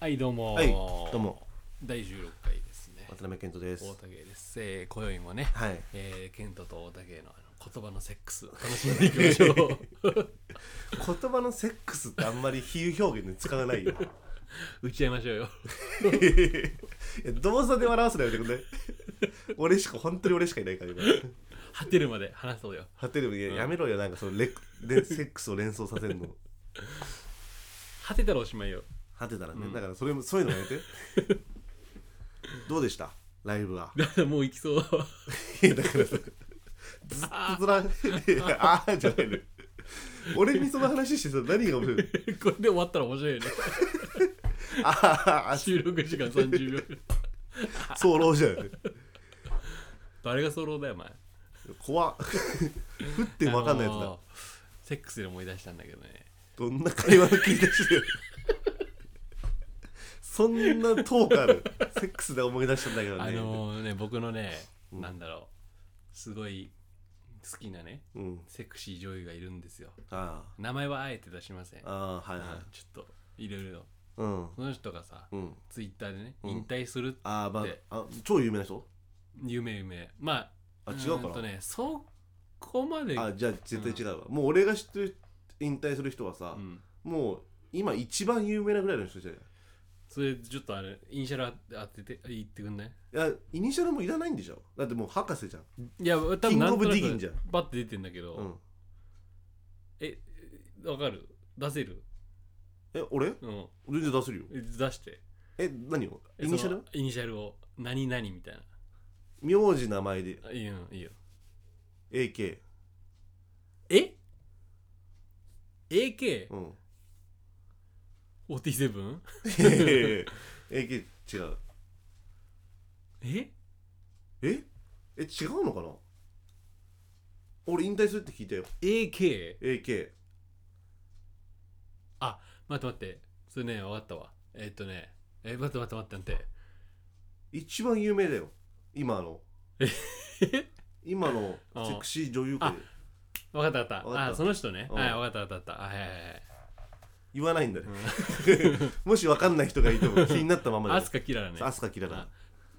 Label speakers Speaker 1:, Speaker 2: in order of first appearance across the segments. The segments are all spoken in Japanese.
Speaker 1: はいどうも
Speaker 2: はいどうも
Speaker 1: 第16回ですね
Speaker 2: 渡辺健人です
Speaker 1: 大竹です、えー、今宵もね、
Speaker 2: はい
Speaker 1: えー、ケントと大竹のあの言葉のセックス楽しんでいきましょ う
Speaker 2: 言葉のセックスってあんまり比喩表現で使わないよ
Speaker 1: 打ち合いましょうよ
Speaker 2: いや動作で笑わせないでくれ俺しか本当に俺しかいないから今
Speaker 1: 果てるまで話そうよ
Speaker 2: ハテレビでやめろよなんかそのレでセックスを連想させるの
Speaker 1: 果てたらおしまいよ
Speaker 2: ハテたらね、だからそれもそういうのやめてどうでしたライブ は
Speaker 1: だからもう行きそう
Speaker 2: いやだからさずっとずらいやああじゃないの俺にその話してさ何が面白いの
Speaker 1: これで終わったら面白いよね
Speaker 2: ああ
Speaker 1: 収録時間30秒
Speaker 2: あそうろうじゃない
Speaker 1: 誰がソロだよお前
Speaker 2: 怖っ 降っても分かんないやつ
Speaker 1: あ
Speaker 2: だ
Speaker 1: のーセックスで思い出したんだけどね
Speaker 2: どんな会話の切り出しだよそんなトークあるセックスで思い出したんだけどね、
Speaker 1: あのーね僕のね、
Speaker 2: うん
Speaker 1: なんだろうすごい好きなね
Speaker 2: うん
Speaker 1: セクシー女優がいるんですよ
Speaker 2: あ
Speaker 1: 名前はあえて出しません
Speaker 2: あああはい
Speaker 1: うん
Speaker 2: はい
Speaker 1: ちょっといろいろ
Speaker 2: うん
Speaker 1: その人がさ
Speaker 2: うん
Speaker 1: ツイッターでね
Speaker 2: うん
Speaker 1: 引退する
Speaker 2: ああま
Speaker 1: で
Speaker 2: ああ超有名な人
Speaker 1: 夢夢まあ
Speaker 2: あ違う
Speaker 1: ー
Speaker 2: か
Speaker 1: ん
Speaker 2: な
Speaker 1: とねそこまで
Speaker 2: あじゃあ絶対違うわ、もう俺が知ってる引退する人はさ
Speaker 1: う、ん
Speaker 2: もう今一番有名なぐらいの人じゃない
Speaker 1: それちょっとあれイニシャル当てて言ってくんない
Speaker 2: いやイニシャルもいらないんでしょだってもう博士じゃん
Speaker 1: いや多
Speaker 2: キ
Speaker 1: 分
Speaker 2: ング
Speaker 1: な
Speaker 2: オ
Speaker 1: んと
Speaker 2: ブ
Speaker 1: な
Speaker 2: ディギンじゃ
Speaker 1: く
Speaker 2: ん
Speaker 1: バッて出てんだけど、
Speaker 2: うん
Speaker 1: えわかる出せる
Speaker 2: え俺
Speaker 1: うん
Speaker 2: 全然出せるよ
Speaker 1: え出して
Speaker 2: え何をイニシャ
Speaker 1: その
Speaker 2: ル
Speaker 1: イニシャルを何々みたいな
Speaker 2: 名字名前で
Speaker 1: あいいよいいよ
Speaker 2: AK
Speaker 1: え AK?
Speaker 2: うん
Speaker 1: OT7?
Speaker 2: いやいやいや AK 違う
Speaker 1: え
Speaker 2: ええ違うのかな俺引退するって聞いたよ
Speaker 1: AK?
Speaker 2: AK
Speaker 1: 待って待ってそれね分かったわえーっとねえ待って待って待って待って
Speaker 2: 一番有名だよ今の 今の
Speaker 1: あ
Speaker 2: セクシー女優界で
Speaker 1: 分かった分かった
Speaker 2: わかった
Speaker 1: あその人ね
Speaker 2: うん
Speaker 1: はい分かった分かった分かったあはいはいはい
Speaker 2: 言わないんだね もし分かんない人がいても気になったまま
Speaker 1: ア
Speaker 2: で
Speaker 1: スカキララね
Speaker 2: アスカキラ
Speaker 1: あ
Speaker 2: ラ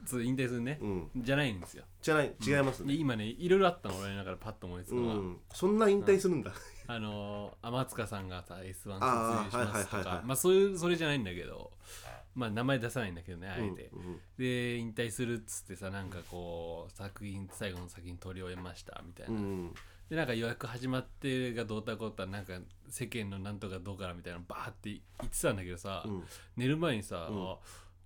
Speaker 1: そう引退するね
Speaker 2: うん
Speaker 1: じゃないんですよ
Speaker 2: じゃない違います
Speaker 1: で
Speaker 2: ね
Speaker 1: 今ねいろいろあったの俺の中でパッと思いつく
Speaker 2: う
Speaker 1: のは、
Speaker 2: んそんな引退するんだ
Speaker 1: あのー天塚さんがさ S1 卒業し
Speaker 2: あー
Speaker 1: ますと
Speaker 2: はいはいはい
Speaker 1: か
Speaker 2: はい
Speaker 1: まあそういうそれじゃないんだけどまあ名前出さないんだけどねあえて、
Speaker 2: うん
Speaker 1: で引退するっつってさなんかこう作品最後の作品撮り終えましたみたいな、
Speaker 2: うん
Speaker 1: でなんか予約始まってがどうたこうたなんか世間のなんとかどうからみたいなのバーって言ってたんだけどさ、
Speaker 2: うん
Speaker 1: 寝る前にさ、
Speaker 2: うん
Speaker 1: あ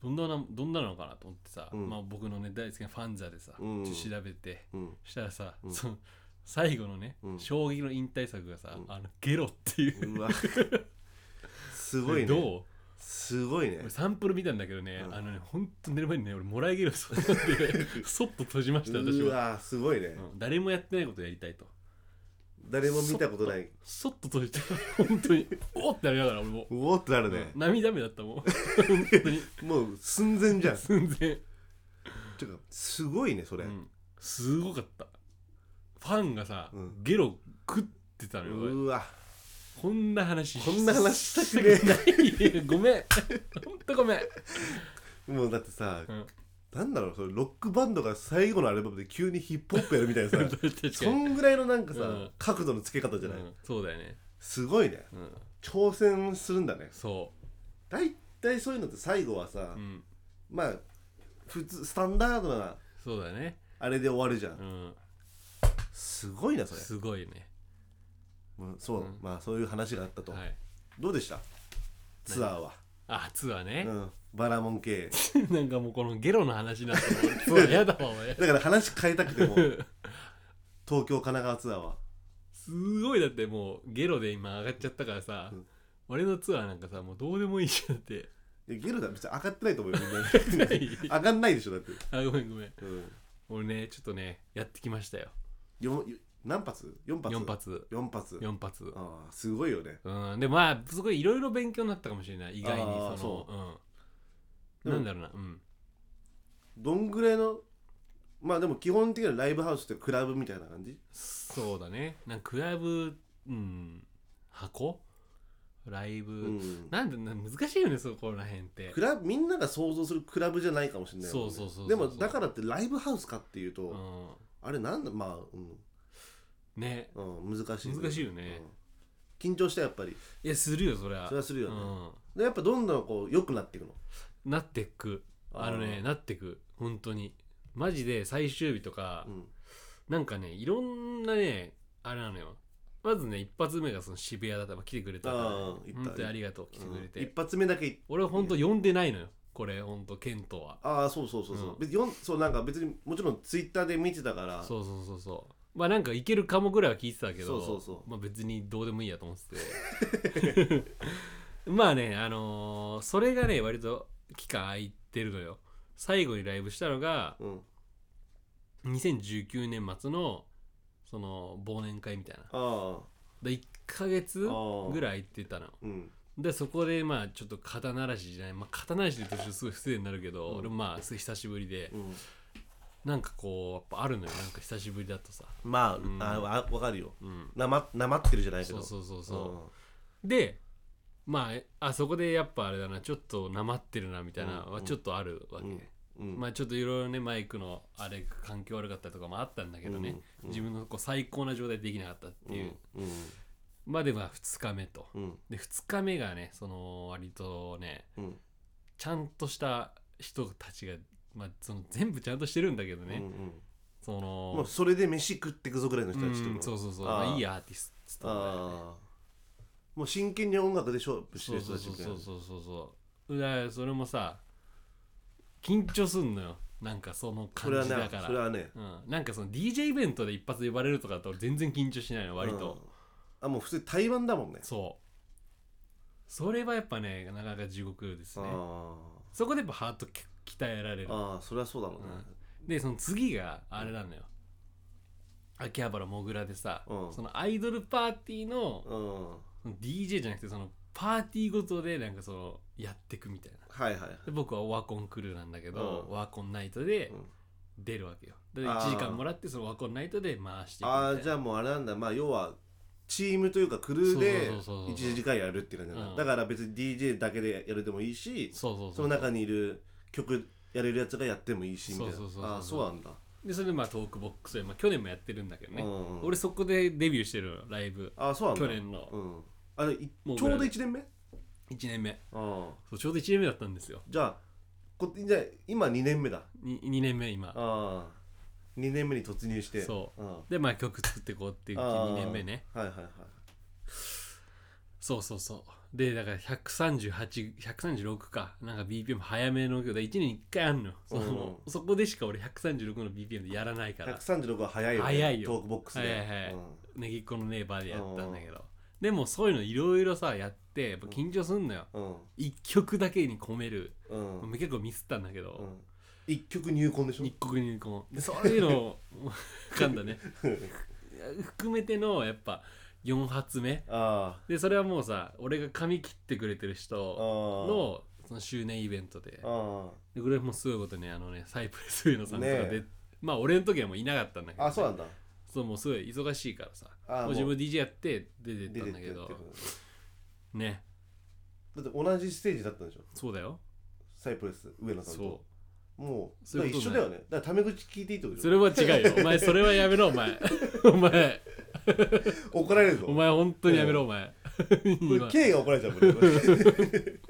Speaker 1: どんななどんなのかなと思ってさ、
Speaker 2: うん
Speaker 1: まあ、僕のね大好きなファンザでさ、
Speaker 2: うん
Speaker 1: ちょっと調べて
Speaker 2: うん
Speaker 1: したらさ、
Speaker 2: うん
Speaker 1: その最後のね、
Speaker 2: うん
Speaker 1: 衝撃の引退作がさ、
Speaker 2: うん
Speaker 1: あのゲロっていう
Speaker 2: うわすごいね
Speaker 1: どう
Speaker 2: すごいね
Speaker 1: 俺サンプル見たんだけどね、
Speaker 2: うん
Speaker 1: あのねほんと寝る前にね俺もらいゲロそうなんで そっと閉じました私
Speaker 2: う
Speaker 1: は、
Speaker 2: わすごいね
Speaker 1: うん誰もやってないことやりたいと
Speaker 2: 誰も見たことない
Speaker 1: そっと閉じて本当におってなりながら俺も
Speaker 2: うおーってなるね、
Speaker 1: 涙目だったもん 本当に
Speaker 2: もう寸前じゃん
Speaker 1: 寸前、
Speaker 2: てかすごいねそうれ、
Speaker 1: ん、すごかったファンがさ、
Speaker 2: うん
Speaker 1: ゲロ食ってた
Speaker 2: う
Speaker 1: のよ俺
Speaker 2: わ
Speaker 1: こんな話
Speaker 2: こんな話したくね
Speaker 1: ないよごめんほんとごめん、
Speaker 2: もうだってさ、
Speaker 1: うん、
Speaker 2: なんだろうそれロックバンドが最後のアルバムで急にヒップホップやるみたいなさ
Speaker 1: 確か
Speaker 2: そ
Speaker 1: に
Speaker 2: んぐらいのなんかさ、
Speaker 1: うん
Speaker 2: 角度のつけ方じ
Speaker 1: う
Speaker 2: ゃない、
Speaker 1: んそうだよね、
Speaker 2: すごいね
Speaker 1: うん、
Speaker 2: 挑戦するんだね
Speaker 1: そ
Speaker 2: 大体そういうのって最後はさ、
Speaker 1: う、うん、
Speaker 2: まあ普通スタンダードな
Speaker 1: そうだね、
Speaker 2: あれで終わるじゃん、
Speaker 1: うん、
Speaker 2: すごいなそれ
Speaker 1: すごいね
Speaker 2: もうそ
Speaker 1: う
Speaker 2: う、
Speaker 1: ん
Speaker 2: まあそういう話があったと、
Speaker 1: はい
Speaker 2: どうでしたツアーは、
Speaker 1: あツアー
Speaker 2: う
Speaker 1: ね、
Speaker 2: ん、バラモン系
Speaker 1: なんかもうこのゲロの話になってもうツアーやだわお前
Speaker 2: だから話変えたく ても東京神奈川ツアーは
Speaker 1: すごいだってもうゲロで今上がっちゃったからさ、
Speaker 2: うん
Speaker 1: 俺のツアーなんかさもうどうでもいいじゃんっ て
Speaker 2: いやゲルダ別に上がってないと思うよ みんな上がんないでしょだって、
Speaker 1: あごめんごめん
Speaker 2: うん、
Speaker 1: 俺ねちょっとねやってきましたよ
Speaker 2: よよ何発 ?4 発
Speaker 1: 4発
Speaker 2: 4発
Speaker 1: 4発
Speaker 2: ああすごいよね
Speaker 1: うんでまあすごいいろいろ勉強になったかもしれない意外にそ
Speaker 2: あー
Speaker 1: の
Speaker 2: そう
Speaker 1: う
Speaker 2: で
Speaker 1: ん、
Speaker 2: も
Speaker 1: なんだろうなうん
Speaker 2: どんぐらいのまあでも基本的にはライブハウスってクラブみたいな感じ
Speaker 1: そうだねなんかクラブうん箱ライブ、
Speaker 2: うん
Speaker 1: なんでな難しいよねそこら辺って
Speaker 2: クラブみんなが想像するクラブじゃないかもしれないもんね、
Speaker 1: そうそうそうそう
Speaker 2: でもだからってライブハウスかっていうと、
Speaker 1: う
Speaker 2: あれなんだまあ、うん
Speaker 1: んね
Speaker 2: うん、難しい、
Speaker 1: 難しいよね
Speaker 2: うん緊張したやっぱり
Speaker 1: いやするよそりゃ
Speaker 2: それはするよね
Speaker 1: うん
Speaker 2: でやっぱどんどんこう良くなっていくの
Speaker 1: なってくあのね
Speaker 2: あー
Speaker 1: なってく本当にマジで最終日とか、
Speaker 2: うん
Speaker 1: なんかねいろんなねあれなのよまずね一発目がその渋谷だったまあ来てくれたから
Speaker 2: あー行った
Speaker 1: 本当にありがとう来てくれて、
Speaker 2: うん一発目だけい
Speaker 1: 俺は本当呼んでないのよこれ本当ケントは
Speaker 2: ああそうそうそうそう、
Speaker 1: うん
Speaker 2: 別によんそうなんか別にもちろんツイッターで見てたから
Speaker 1: そうそうそうそうまあなんかいけるかもぐらいは聞いてたけど
Speaker 2: そうそうそう
Speaker 1: まあ別にどうでもいいやと思ってて まあねあのーそれがね割と期間空いてるのよ最後にライブしたのが
Speaker 2: うん、
Speaker 1: 2019年末のその忘年会みたいな
Speaker 2: あ
Speaker 1: で1ヶ月
Speaker 2: あー
Speaker 1: ぐらい行ってたの
Speaker 2: あうん
Speaker 1: でそこでまあちょっと肩慣らしじゃないまあ肩慣らしで途中すごい不正になるけど、
Speaker 2: うん
Speaker 1: 俺もまあすごい久しぶりで
Speaker 2: うん
Speaker 1: なんかこうやっぱあるのよなんか久しぶりだとさ
Speaker 2: まあ、
Speaker 1: ん
Speaker 2: あわ分かるよ
Speaker 1: うん
Speaker 2: なまなまってるじゃないけ
Speaker 1: そ
Speaker 2: ど
Speaker 1: うそううそうそう、でまああそこでやっぱあれだなちょっとなまってるなみたいな
Speaker 2: うん
Speaker 1: はちょっとあるわけ、
Speaker 2: んうんうん
Speaker 1: まあちょっといろいろねマイクのあれ環境悪かったりとかもあったんだけどね、
Speaker 2: うん
Speaker 1: 自分のこう最高な状態でできなかったっていう、
Speaker 2: うん
Speaker 1: まあでは2日目と
Speaker 2: うん
Speaker 1: で2日目がねその割とね
Speaker 2: うん
Speaker 1: ちゃんとした人たちが、まあ、その全部ちゃんとしてるんだけど
Speaker 2: うんう
Speaker 1: ね、
Speaker 2: ん
Speaker 1: その
Speaker 2: もうそれで飯食ってくぞぐらいの人たちって
Speaker 1: うん
Speaker 2: こと
Speaker 1: そうそうそう
Speaker 2: あー
Speaker 1: まあ、いいアーティストだよね
Speaker 2: ああもう真剣に音楽で勝負して
Speaker 1: そう
Speaker 2: る人
Speaker 1: そ
Speaker 2: た
Speaker 1: う
Speaker 2: ち
Speaker 1: そう
Speaker 2: みたいな
Speaker 1: そうそうそうそうだからそれもさ緊張すんのよなんかその
Speaker 2: そ
Speaker 1: 感
Speaker 2: れは
Speaker 1: じだ
Speaker 2: ね
Speaker 1: から
Speaker 2: それはね
Speaker 1: うん、なんかその DJ イベントで一発で呼ばれるとかだと俺全然緊張しないの割と、
Speaker 2: うんあもう普通に台湾だもんね
Speaker 1: そうそれはやっぱねなかなか地獄ですね
Speaker 2: あ
Speaker 1: そこでやっぱハートき鍛えられる
Speaker 2: あああそれはそうだろうね
Speaker 1: でその次があれなのよ、秋葉原もぐらでさ、
Speaker 2: うん
Speaker 1: そのアイドルパーティーの
Speaker 2: うん
Speaker 1: その DJ じゃなくてそのパーティーごとでなんかそのやってくみたいな
Speaker 2: はいはいはい
Speaker 1: で僕はオワコンクルーなんだけど、
Speaker 2: うん
Speaker 1: オワコンナイトで
Speaker 2: うん
Speaker 1: 出るわけよで
Speaker 2: あー
Speaker 1: 1時間もらってそのオワコンナイトで回していくみたい
Speaker 2: あ
Speaker 1: な
Speaker 2: あじゃあもうあれなんだまあ要はチームというかクルーで
Speaker 1: そうそうそうそう
Speaker 2: 1時間やるっていう感じなんだ
Speaker 1: うん
Speaker 2: だから別に DJ だけでやるでもいいし
Speaker 1: そうそうそう
Speaker 2: その中にいる曲やれるやつがやってもいいしみたいな
Speaker 1: そうそうそうそう
Speaker 2: ああそうなんだ
Speaker 1: でそれでまあトークボックスで、まあ、去年もやってるんだけどね、
Speaker 2: うんうん
Speaker 1: 俺そこでデビューしてるのライブ
Speaker 2: ああそうなんだ
Speaker 1: 去年の
Speaker 2: うんあれいちょ
Speaker 1: も
Speaker 2: う
Speaker 1: う
Speaker 2: ど
Speaker 1: ぐらい
Speaker 2: 1年目あ
Speaker 1: 1年目
Speaker 2: あ
Speaker 1: そうちょうど1年目だったんですよ
Speaker 2: じゃあこじゃあ今2年目だ
Speaker 1: に2年目今
Speaker 2: ああ2年目に突入して、
Speaker 1: そう
Speaker 2: ん、
Speaker 1: でまあ曲作ってこうっていう
Speaker 2: ああ
Speaker 1: 2年目ね
Speaker 2: はいはいはい
Speaker 1: そうそうそうでだから138136かなんか BPM 早めの曲だ1年に1回あんのよそのそこでしか俺136の BPM でやらないから
Speaker 2: 136は早いよ、ね、
Speaker 1: 早いよ
Speaker 2: トークボックスで、
Speaker 1: はいはいはい
Speaker 2: うん
Speaker 1: ねぎっこのネイバーでやったんだけどでもそういうのいろいろさやってやっぱ緊張すんのよ
Speaker 2: うん
Speaker 1: 1曲だけに込める
Speaker 2: うんうん
Speaker 1: 結構ミスったんだけど
Speaker 2: 一曲入魂でしょ
Speaker 1: 一国にこうそういうのを噛んだね含めてのやっぱ4発目
Speaker 2: あ
Speaker 1: でそれはもうさ俺が髪切ってくれてる
Speaker 2: あ
Speaker 1: 人
Speaker 2: の
Speaker 1: のその周年イベントで
Speaker 2: あ
Speaker 1: でこれもすごいことねあのねサイプレス上野さんとか
Speaker 2: ねえ
Speaker 1: で、まあ俺の時はもういなかったんだけど、
Speaker 2: ああそうなんだ
Speaker 1: そうもうすごい忙しいからさ
Speaker 2: あー
Speaker 1: もう
Speaker 2: もう
Speaker 1: 自分 DJ やって出て
Speaker 2: 出
Speaker 1: ったんだけど
Speaker 2: てって
Speaker 1: ね
Speaker 2: だって同じステージだったんでしょ
Speaker 1: そうだよ
Speaker 2: サイプレス上野さんと
Speaker 1: そ
Speaker 2: もう
Speaker 1: そういうこと
Speaker 2: だから一緒だよねだからタメ口聞いていいってこ
Speaker 1: う
Speaker 2: と
Speaker 1: そ
Speaker 2: でし
Speaker 1: れは違うよ お前それはやめろお前 お前
Speaker 2: ょ怒られるぞ
Speaker 1: お前本当にやめろお前
Speaker 2: これ
Speaker 1: 今
Speaker 2: K が怒られちゃうもんね これ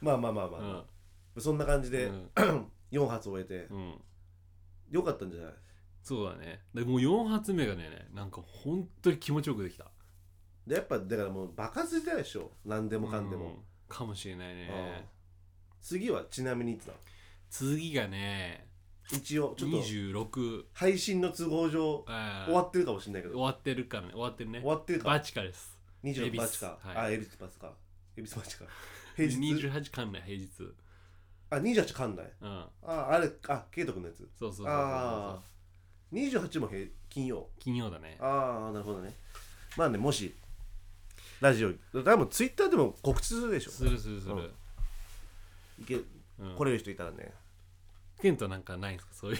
Speaker 2: まあまあまあま
Speaker 1: う
Speaker 2: あ、
Speaker 1: ん
Speaker 2: そんな感じで
Speaker 1: うん
Speaker 2: 4発終えて、
Speaker 1: うん
Speaker 2: よかったんじゃない
Speaker 1: そうだねでもう4発目がねなんか本当に気持ちよくできた
Speaker 2: でやっぱだからもう爆発してたでしょ何でもかんでも、
Speaker 1: うかもしれない
Speaker 2: うん
Speaker 1: ね
Speaker 2: 次はちなみにいつだ
Speaker 1: 次がね
Speaker 2: 一応ちょっと
Speaker 1: 26
Speaker 2: 配信の都合上
Speaker 1: あー
Speaker 2: 終わってるかもしれないけ
Speaker 1: 終
Speaker 2: ど
Speaker 1: わってるからね終わってるね
Speaker 2: 終わってるか
Speaker 1: バチカです
Speaker 2: 26バチか、
Speaker 1: 恵比寿
Speaker 2: あ
Speaker 1: は
Speaker 2: エビスバチかエビスバチか平日
Speaker 1: 28館内平日
Speaker 2: あ28館内
Speaker 1: うん
Speaker 2: ああれあケイト君のやつ
Speaker 1: そうそうそうそう
Speaker 2: ああ28も平金曜
Speaker 1: 金曜だね
Speaker 2: ああなるほどねまあねもしラジオ多分ツイッターでも告知するでしょ
Speaker 1: するするする、
Speaker 2: いけ
Speaker 1: うん
Speaker 2: 来れる人いたらね
Speaker 1: ケントなんかないんですかそうい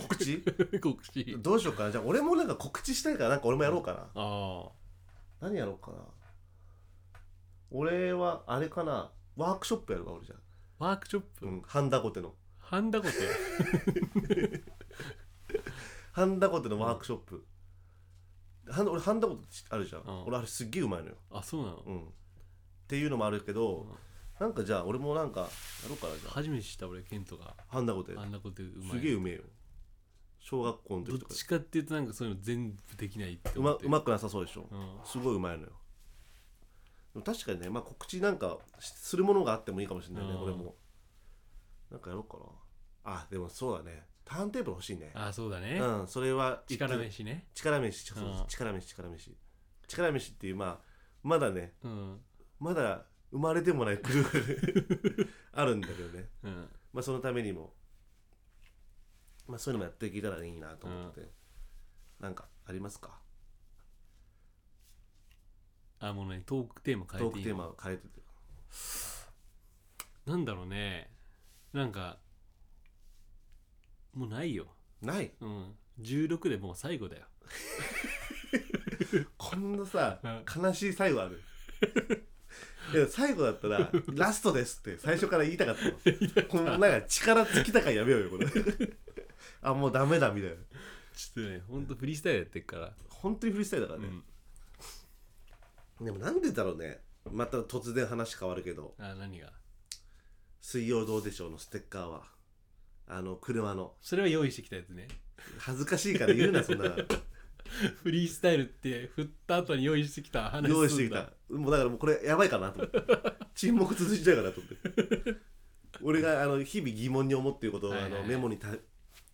Speaker 2: 告知
Speaker 1: う告知
Speaker 2: どうしようかなじゃあ俺もなんか告知したいからなんか俺もやろうかな、
Speaker 1: ああ
Speaker 2: 何やろうかな俺はあれかなワークショップやるわ俺じゃん、
Speaker 1: ワークショップ、
Speaker 2: うん、ハンダコテの
Speaker 1: ハンダコテ
Speaker 2: ハンダコテのワークショップ、ハンダ俺ハンダコテあるじゃん、
Speaker 1: うん
Speaker 2: 俺あれすっげえうまいのよ、
Speaker 1: あそうなの、
Speaker 2: うん、っていうのもあるけど、
Speaker 1: うん
Speaker 2: なんかじゃあ俺もなんかやろうかなじゃあ
Speaker 1: 初めて知った俺ケントが
Speaker 2: ハンダコテ
Speaker 1: ハンダコテうますい
Speaker 2: げえうめえよ小学校の
Speaker 1: どっ
Speaker 2: 時とか
Speaker 1: ちかっていうとなんかそういうの全部できないって
Speaker 2: う
Speaker 1: 思
Speaker 2: ま
Speaker 1: って
Speaker 2: うまくなさそうでしょ、
Speaker 1: うん
Speaker 2: すごいうまいのよでも確かにね、まあ、告知なんかしするものがあってもいいかもしれないね、
Speaker 1: うん
Speaker 2: 俺もなんかやろうかなあでもそうだねターンテーブル欲しいね
Speaker 1: あそうだね、
Speaker 2: うんそれは
Speaker 1: 力飯ね
Speaker 2: 力飯そう
Speaker 1: うん
Speaker 2: 力飯力飯力飯っていうまあまだね
Speaker 1: うん
Speaker 2: まだ生まれてもないクルーが あるんだけどね
Speaker 1: うん
Speaker 2: まあそのためにもまあそういうのもやっていけたらいいなと思ってて、なんかありますか
Speaker 1: あもうねトークテーマ変
Speaker 2: ト
Speaker 1: え
Speaker 2: ー
Speaker 1: て
Speaker 2: ク
Speaker 1: いい
Speaker 2: テーマを変えてて
Speaker 1: なんだろうねなんかもうないよ
Speaker 2: ない
Speaker 1: うん16でもう最後だよ
Speaker 2: こんなさ
Speaker 1: う
Speaker 2: 悲しい最後ある いや最後だった ら「ラストです」って最初から 言いたかったのこのなんか力尽きたからやめようよ これあもうダメだみたいな
Speaker 1: ちょっとねほんとフリースタイルやってっから、
Speaker 2: 本当にフリースタイルだからね、でもなんでだろうねまた突然話変わるけど
Speaker 1: あ何が
Speaker 2: 「水曜どうでしょう」のステッカーはあの車の
Speaker 1: それは用意してきたやつね
Speaker 2: 恥ずかしいから言うなそんなの
Speaker 1: フリースタイルって振った後に用意してきた話すんだ
Speaker 2: 用意してきたもうだからもうこれやばいかなと思って 沈黙続いちゃうかなと思って俺があの日々疑問に思っていることを
Speaker 1: はいは
Speaker 2: あ
Speaker 1: いはい
Speaker 2: のメモにた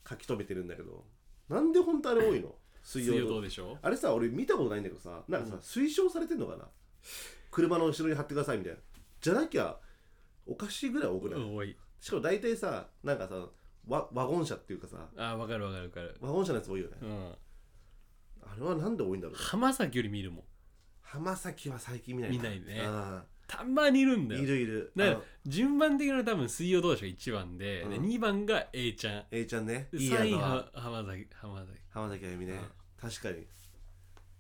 Speaker 2: 書き留めてるんだけどなんで本当あれ多いの水
Speaker 1: 水曜
Speaker 2: 曜
Speaker 1: ど
Speaker 2: どう
Speaker 1: うでしょう
Speaker 2: あれさ俺見たことないんだけどさなんかさ、推奨されてんのかな車の後ろに貼ってくださいみたいなじゃなきゃおかしいぐらい多くない、
Speaker 1: うん多い
Speaker 2: しかも大体さなんかさワワゴン車っていうかさ
Speaker 1: あわかるわかるわかる
Speaker 2: ワゴン車のやつ多いよね、
Speaker 1: うん
Speaker 2: あれはなんで多いんだろう
Speaker 1: 浜崎より見るもん
Speaker 2: 浜崎は最近見ない
Speaker 1: 見ないね
Speaker 2: あ
Speaker 1: たまにいるん
Speaker 2: あ
Speaker 1: だよ
Speaker 2: いるいる
Speaker 1: だか
Speaker 2: あ
Speaker 1: ら
Speaker 2: の
Speaker 1: 順番的な多分水曜どうでしょう1番で,、
Speaker 2: うん
Speaker 1: で2番が A ちゃん
Speaker 2: A ちゃんね
Speaker 1: で
Speaker 2: いいや
Speaker 1: 3位
Speaker 2: の
Speaker 1: は
Speaker 2: は
Speaker 1: 浜崎浜崎
Speaker 2: 浜崎あゆみね、確かに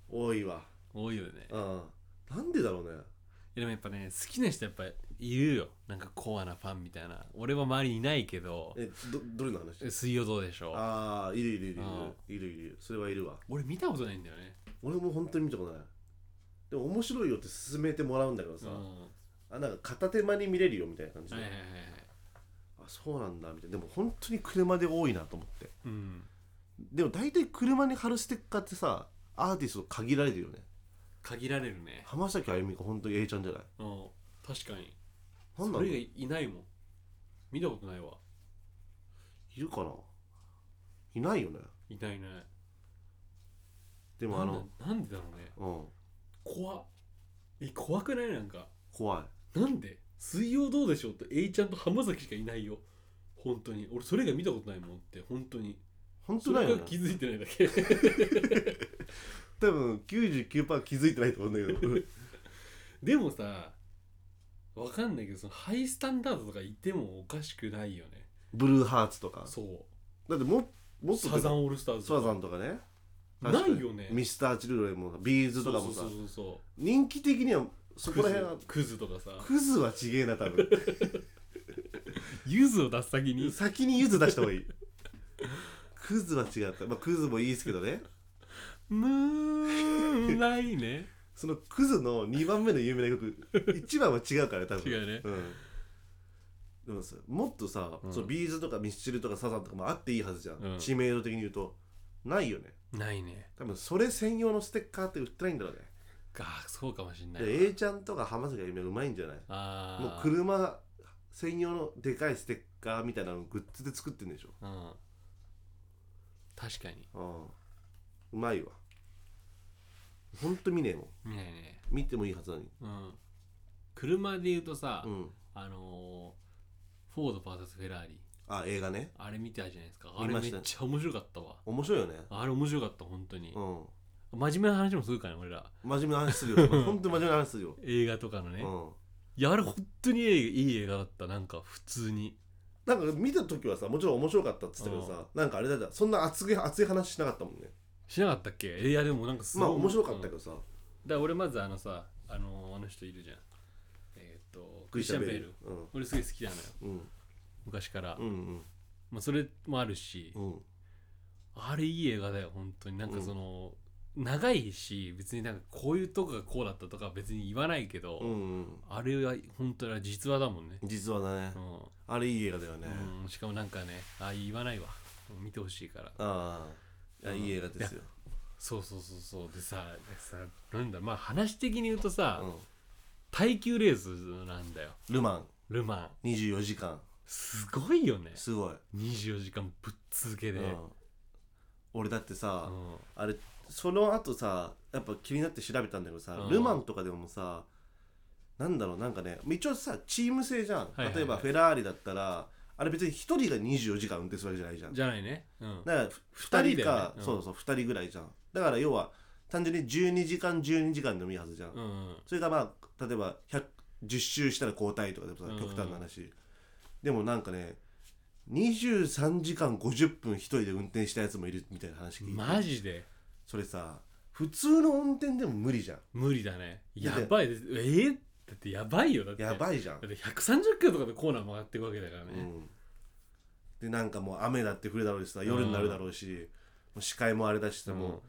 Speaker 2: 多いわ
Speaker 1: 多いよね
Speaker 2: うんなんでだろうね
Speaker 1: でもやっぱね好きな人やっぱいるよなんかコアなファンみたいな俺は周りにいないけど
Speaker 2: えどどれの話
Speaker 1: 水曜どうでしょう
Speaker 2: ああいるいるいるいる
Speaker 1: うん
Speaker 2: いるいるそれはいるわ
Speaker 1: 俺見たことないんだよね
Speaker 2: 俺も本当に見たことないでも面白いよって勧めてもらうんだけど
Speaker 1: う
Speaker 2: さ、
Speaker 1: ん
Speaker 2: あなんか片手間に見れるよみたいな感じ
Speaker 1: は
Speaker 2: で、
Speaker 1: いはいはいはい
Speaker 2: あそうなんだみたいなでも本当に車で多いなと思って
Speaker 1: うん
Speaker 2: でも大体車に貼るステッカーってさアーティスト限られてるよね
Speaker 1: 限られるね
Speaker 2: 浜崎あゆみが本当に A ちゃんじゃない
Speaker 1: うん確かに
Speaker 2: なんだ
Speaker 1: そ
Speaker 2: ろう
Speaker 1: れが
Speaker 2: い
Speaker 1: いないもん見たことないわ
Speaker 2: るかないないよね
Speaker 1: いないいない
Speaker 2: でも
Speaker 1: な
Speaker 2: あ
Speaker 1: ん
Speaker 2: の
Speaker 1: だなんでだろうね
Speaker 2: うん
Speaker 1: 怖っえ怖くないなんか
Speaker 2: 怖い
Speaker 1: なんで水曜どうでしょうって A ちゃんと浜崎しかいないよ本当に俺それが見たことないもんって本当に
Speaker 2: 本当
Speaker 1: そ
Speaker 2: だ
Speaker 1: れ
Speaker 2: よ
Speaker 1: が
Speaker 2: ね
Speaker 1: 気づいてないだけ
Speaker 2: 多分99%気づいてないと思うんだけ ど
Speaker 1: でもさわかんないけどそのハイスタンダードとかいてもおかしくないよね
Speaker 2: ブルーハーツとか
Speaker 1: そ
Speaker 2: だってもも
Speaker 1: う
Speaker 2: っと
Speaker 1: サザンオールスターズ
Speaker 2: サ
Speaker 1: とか
Speaker 2: ザンとかね
Speaker 1: ないよね
Speaker 2: ミスターチルドレンもビーズとかもさ
Speaker 1: そうそうそうそ
Speaker 2: 人気的にはそうこら辺は
Speaker 1: クズクズとかさ
Speaker 2: クズはちげえな多分
Speaker 1: ゆずを出す先に
Speaker 2: 先にゆず出した方がいいクズは違った、まあ、クズもいいですけどね
Speaker 1: ムーンライ ね
Speaker 2: そのクズの2番目の有名な曲1番は違うからね多分
Speaker 1: 違うね
Speaker 2: うんでもさもっとさ、
Speaker 1: うん
Speaker 2: そのビーズとかミスチルとかサザンとかもあっていいはずじゃん、
Speaker 1: うん
Speaker 2: 知名度的に言うとないよね
Speaker 1: ないね
Speaker 2: 多分それ専用のステッカーって売ってないんだろうね、
Speaker 1: がそうかもしんない
Speaker 2: で A ちゃんとか浜崎あゆみはうまいんじゃない
Speaker 1: ああ
Speaker 2: もう車専用のでかいステッカーみたいなのグッズで作ってんでしょ
Speaker 1: うん確かに
Speaker 2: うんうまいわほんと見ねえもん
Speaker 1: 見ないね
Speaker 2: 見てもいいはずなのに
Speaker 1: うん車で言うとさ、
Speaker 2: うん
Speaker 1: あのーフォード VS フェラーリ
Speaker 2: あ映画ね
Speaker 1: あれ見てたじゃないですかあ
Speaker 2: 見
Speaker 1: れ
Speaker 2: ま
Speaker 1: め
Speaker 2: した
Speaker 1: っちゃ面白かったわ
Speaker 2: 面白いよね
Speaker 1: あれ面白かった本当に、
Speaker 2: うん
Speaker 1: 真面目な話もするからね俺ら
Speaker 2: 真面目な話 するよほんと真面目な話するよ、
Speaker 1: 映画とかのね、
Speaker 2: う
Speaker 1: い
Speaker 2: ん
Speaker 1: やあれ本当にいいいい映画だったなんか普通に
Speaker 2: なんか見た時はさもちろん面白かったっつったけどさなんかあれだったそんな熱い熱い話しなかったもんね
Speaker 1: しなかったっけいやでもなんかすご
Speaker 2: ま
Speaker 1: い
Speaker 2: あ面白かった
Speaker 1: うん
Speaker 2: けどさ
Speaker 1: だから俺まずあのさあのーあの人いるじゃんとク
Speaker 2: ク
Speaker 1: リ
Speaker 2: リ
Speaker 1: スチ
Speaker 2: スチ
Speaker 1: ャ
Speaker 2: ャ
Speaker 1: ン・
Speaker 2: ン
Speaker 1: ベ
Speaker 2: ベ
Speaker 1: ー
Speaker 2: ー
Speaker 1: ル
Speaker 2: ルうん
Speaker 1: 俺すげえ好きなのよ
Speaker 2: うん
Speaker 1: 昔から、
Speaker 2: うん
Speaker 1: まあ、それもあるし、
Speaker 2: うんうん
Speaker 1: あれいい映画だよ本当になんかその、長いし別になんかこういうとこがこうだったとか別に言わないけど、
Speaker 2: うんうん
Speaker 1: あれは本当は実話だもんね、
Speaker 2: 実はね
Speaker 1: うん
Speaker 2: あれいい映画だよね
Speaker 1: うんしかもなんかねあ言わないわ見てほしいから
Speaker 2: ああいや
Speaker 1: うん
Speaker 2: いい映画ですよ
Speaker 1: そうそうそうそうでさでさなんだまあ話的に言うとさ、
Speaker 2: うん
Speaker 1: 耐久レースなんだよ
Speaker 2: ルマ
Speaker 1: ルマン
Speaker 2: ン24時間
Speaker 1: すごいよね
Speaker 2: すごい
Speaker 1: 24時間ぶっ続けで、
Speaker 2: う
Speaker 1: うんん
Speaker 2: 俺だってさあれその後さやっぱ気になって調べたんだけどさ
Speaker 1: うん
Speaker 2: ルマンとかでもさなんだろうなんかね一応さチーム制じゃん
Speaker 1: いはいはい
Speaker 2: 例えばフェラーリだったらあれ別に1人が24時間運転するわけじゃないじゃん
Speaker 1: じゃないね、うん、
Speaker 2: だから
Speaker 1: 二
Speaker 2: 2
Speaker 1: 人
Speaker 2: 人
Speaker 1: だよ
Speaker 2: か
Speaker 1: ねうん
Speaker 2: そうそう2人ぐらいじゃんだから要は単純に12時間12時間でもいいはずじゃん
Speaker 1: うんうん
Speaker 2: それがまあ例えば100 10周したら交代とかでもさ
Speaker 1: うん
Speaker 2: 極端な話、でもなんかね23時間50分一人で運転したやつもいるみたいな話聞いて、
Speaker 1: マジで
Speaker 2: それさ普通の運転でも無理じゃん
Speaker 1: 無理だね
Speaker 2: だ
Speaker 1: や
Speaker 2: って
Speaker 1: ばいですえーだってやばいよだって
Speaker 2: やばいじゃん、
Speaker 1: だって130キロとかでコーナー曲がっていくわけだからね、
Speaker 2: うん、でなんかもう雨だって降るだろうしさ夜になるだろうし、もう視界もあれだしさ、もう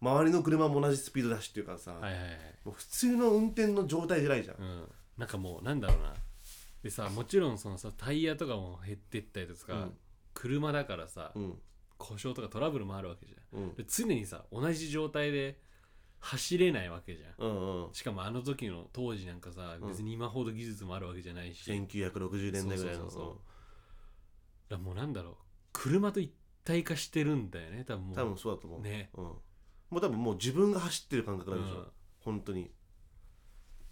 Speaker 2: 周りの車も同じスピードだしっていうかさ、
Speaker 1: はいはいはい
Speaker 2: もう普通の運転の状態ぐらいじゃん、
Speaker 1: うん、なんかもうなんだろうなでさもちろんそのさタイヤとかも減ってったりとか、
Speaker 2: うん
Speaker 1: 車だからさ、
Speaker 2: うん
Speaker 1: 故障とかトラブルもあるわけじゃ
Speaker 2: うん
Speaker 1: んで常にさ同じ状態で走れないわけじゃん
Speaker 2: うんうん
Speaker 1: しかもあの時の当時なんかさ
Speaker 2: うん
Speaker 1: 別に今ほど技術もあるわけじゃないし、だか
Speaker 2: 1960年代ぐらい
Speaker 1: そ
Speaker 2: の
Speaker 1: うそうそうそらもうなんだろう車と一体化してるんだよね多分もう
Speaker 2: 多分そうだと思う、
Speaker 1: ね
Speaker 2: うん、もう多分もう自分が走ってる感覚
Speaker 1: う
Speaker 2: なんでしょ、
Speaker 1: ん、
Speaker 2: 本当に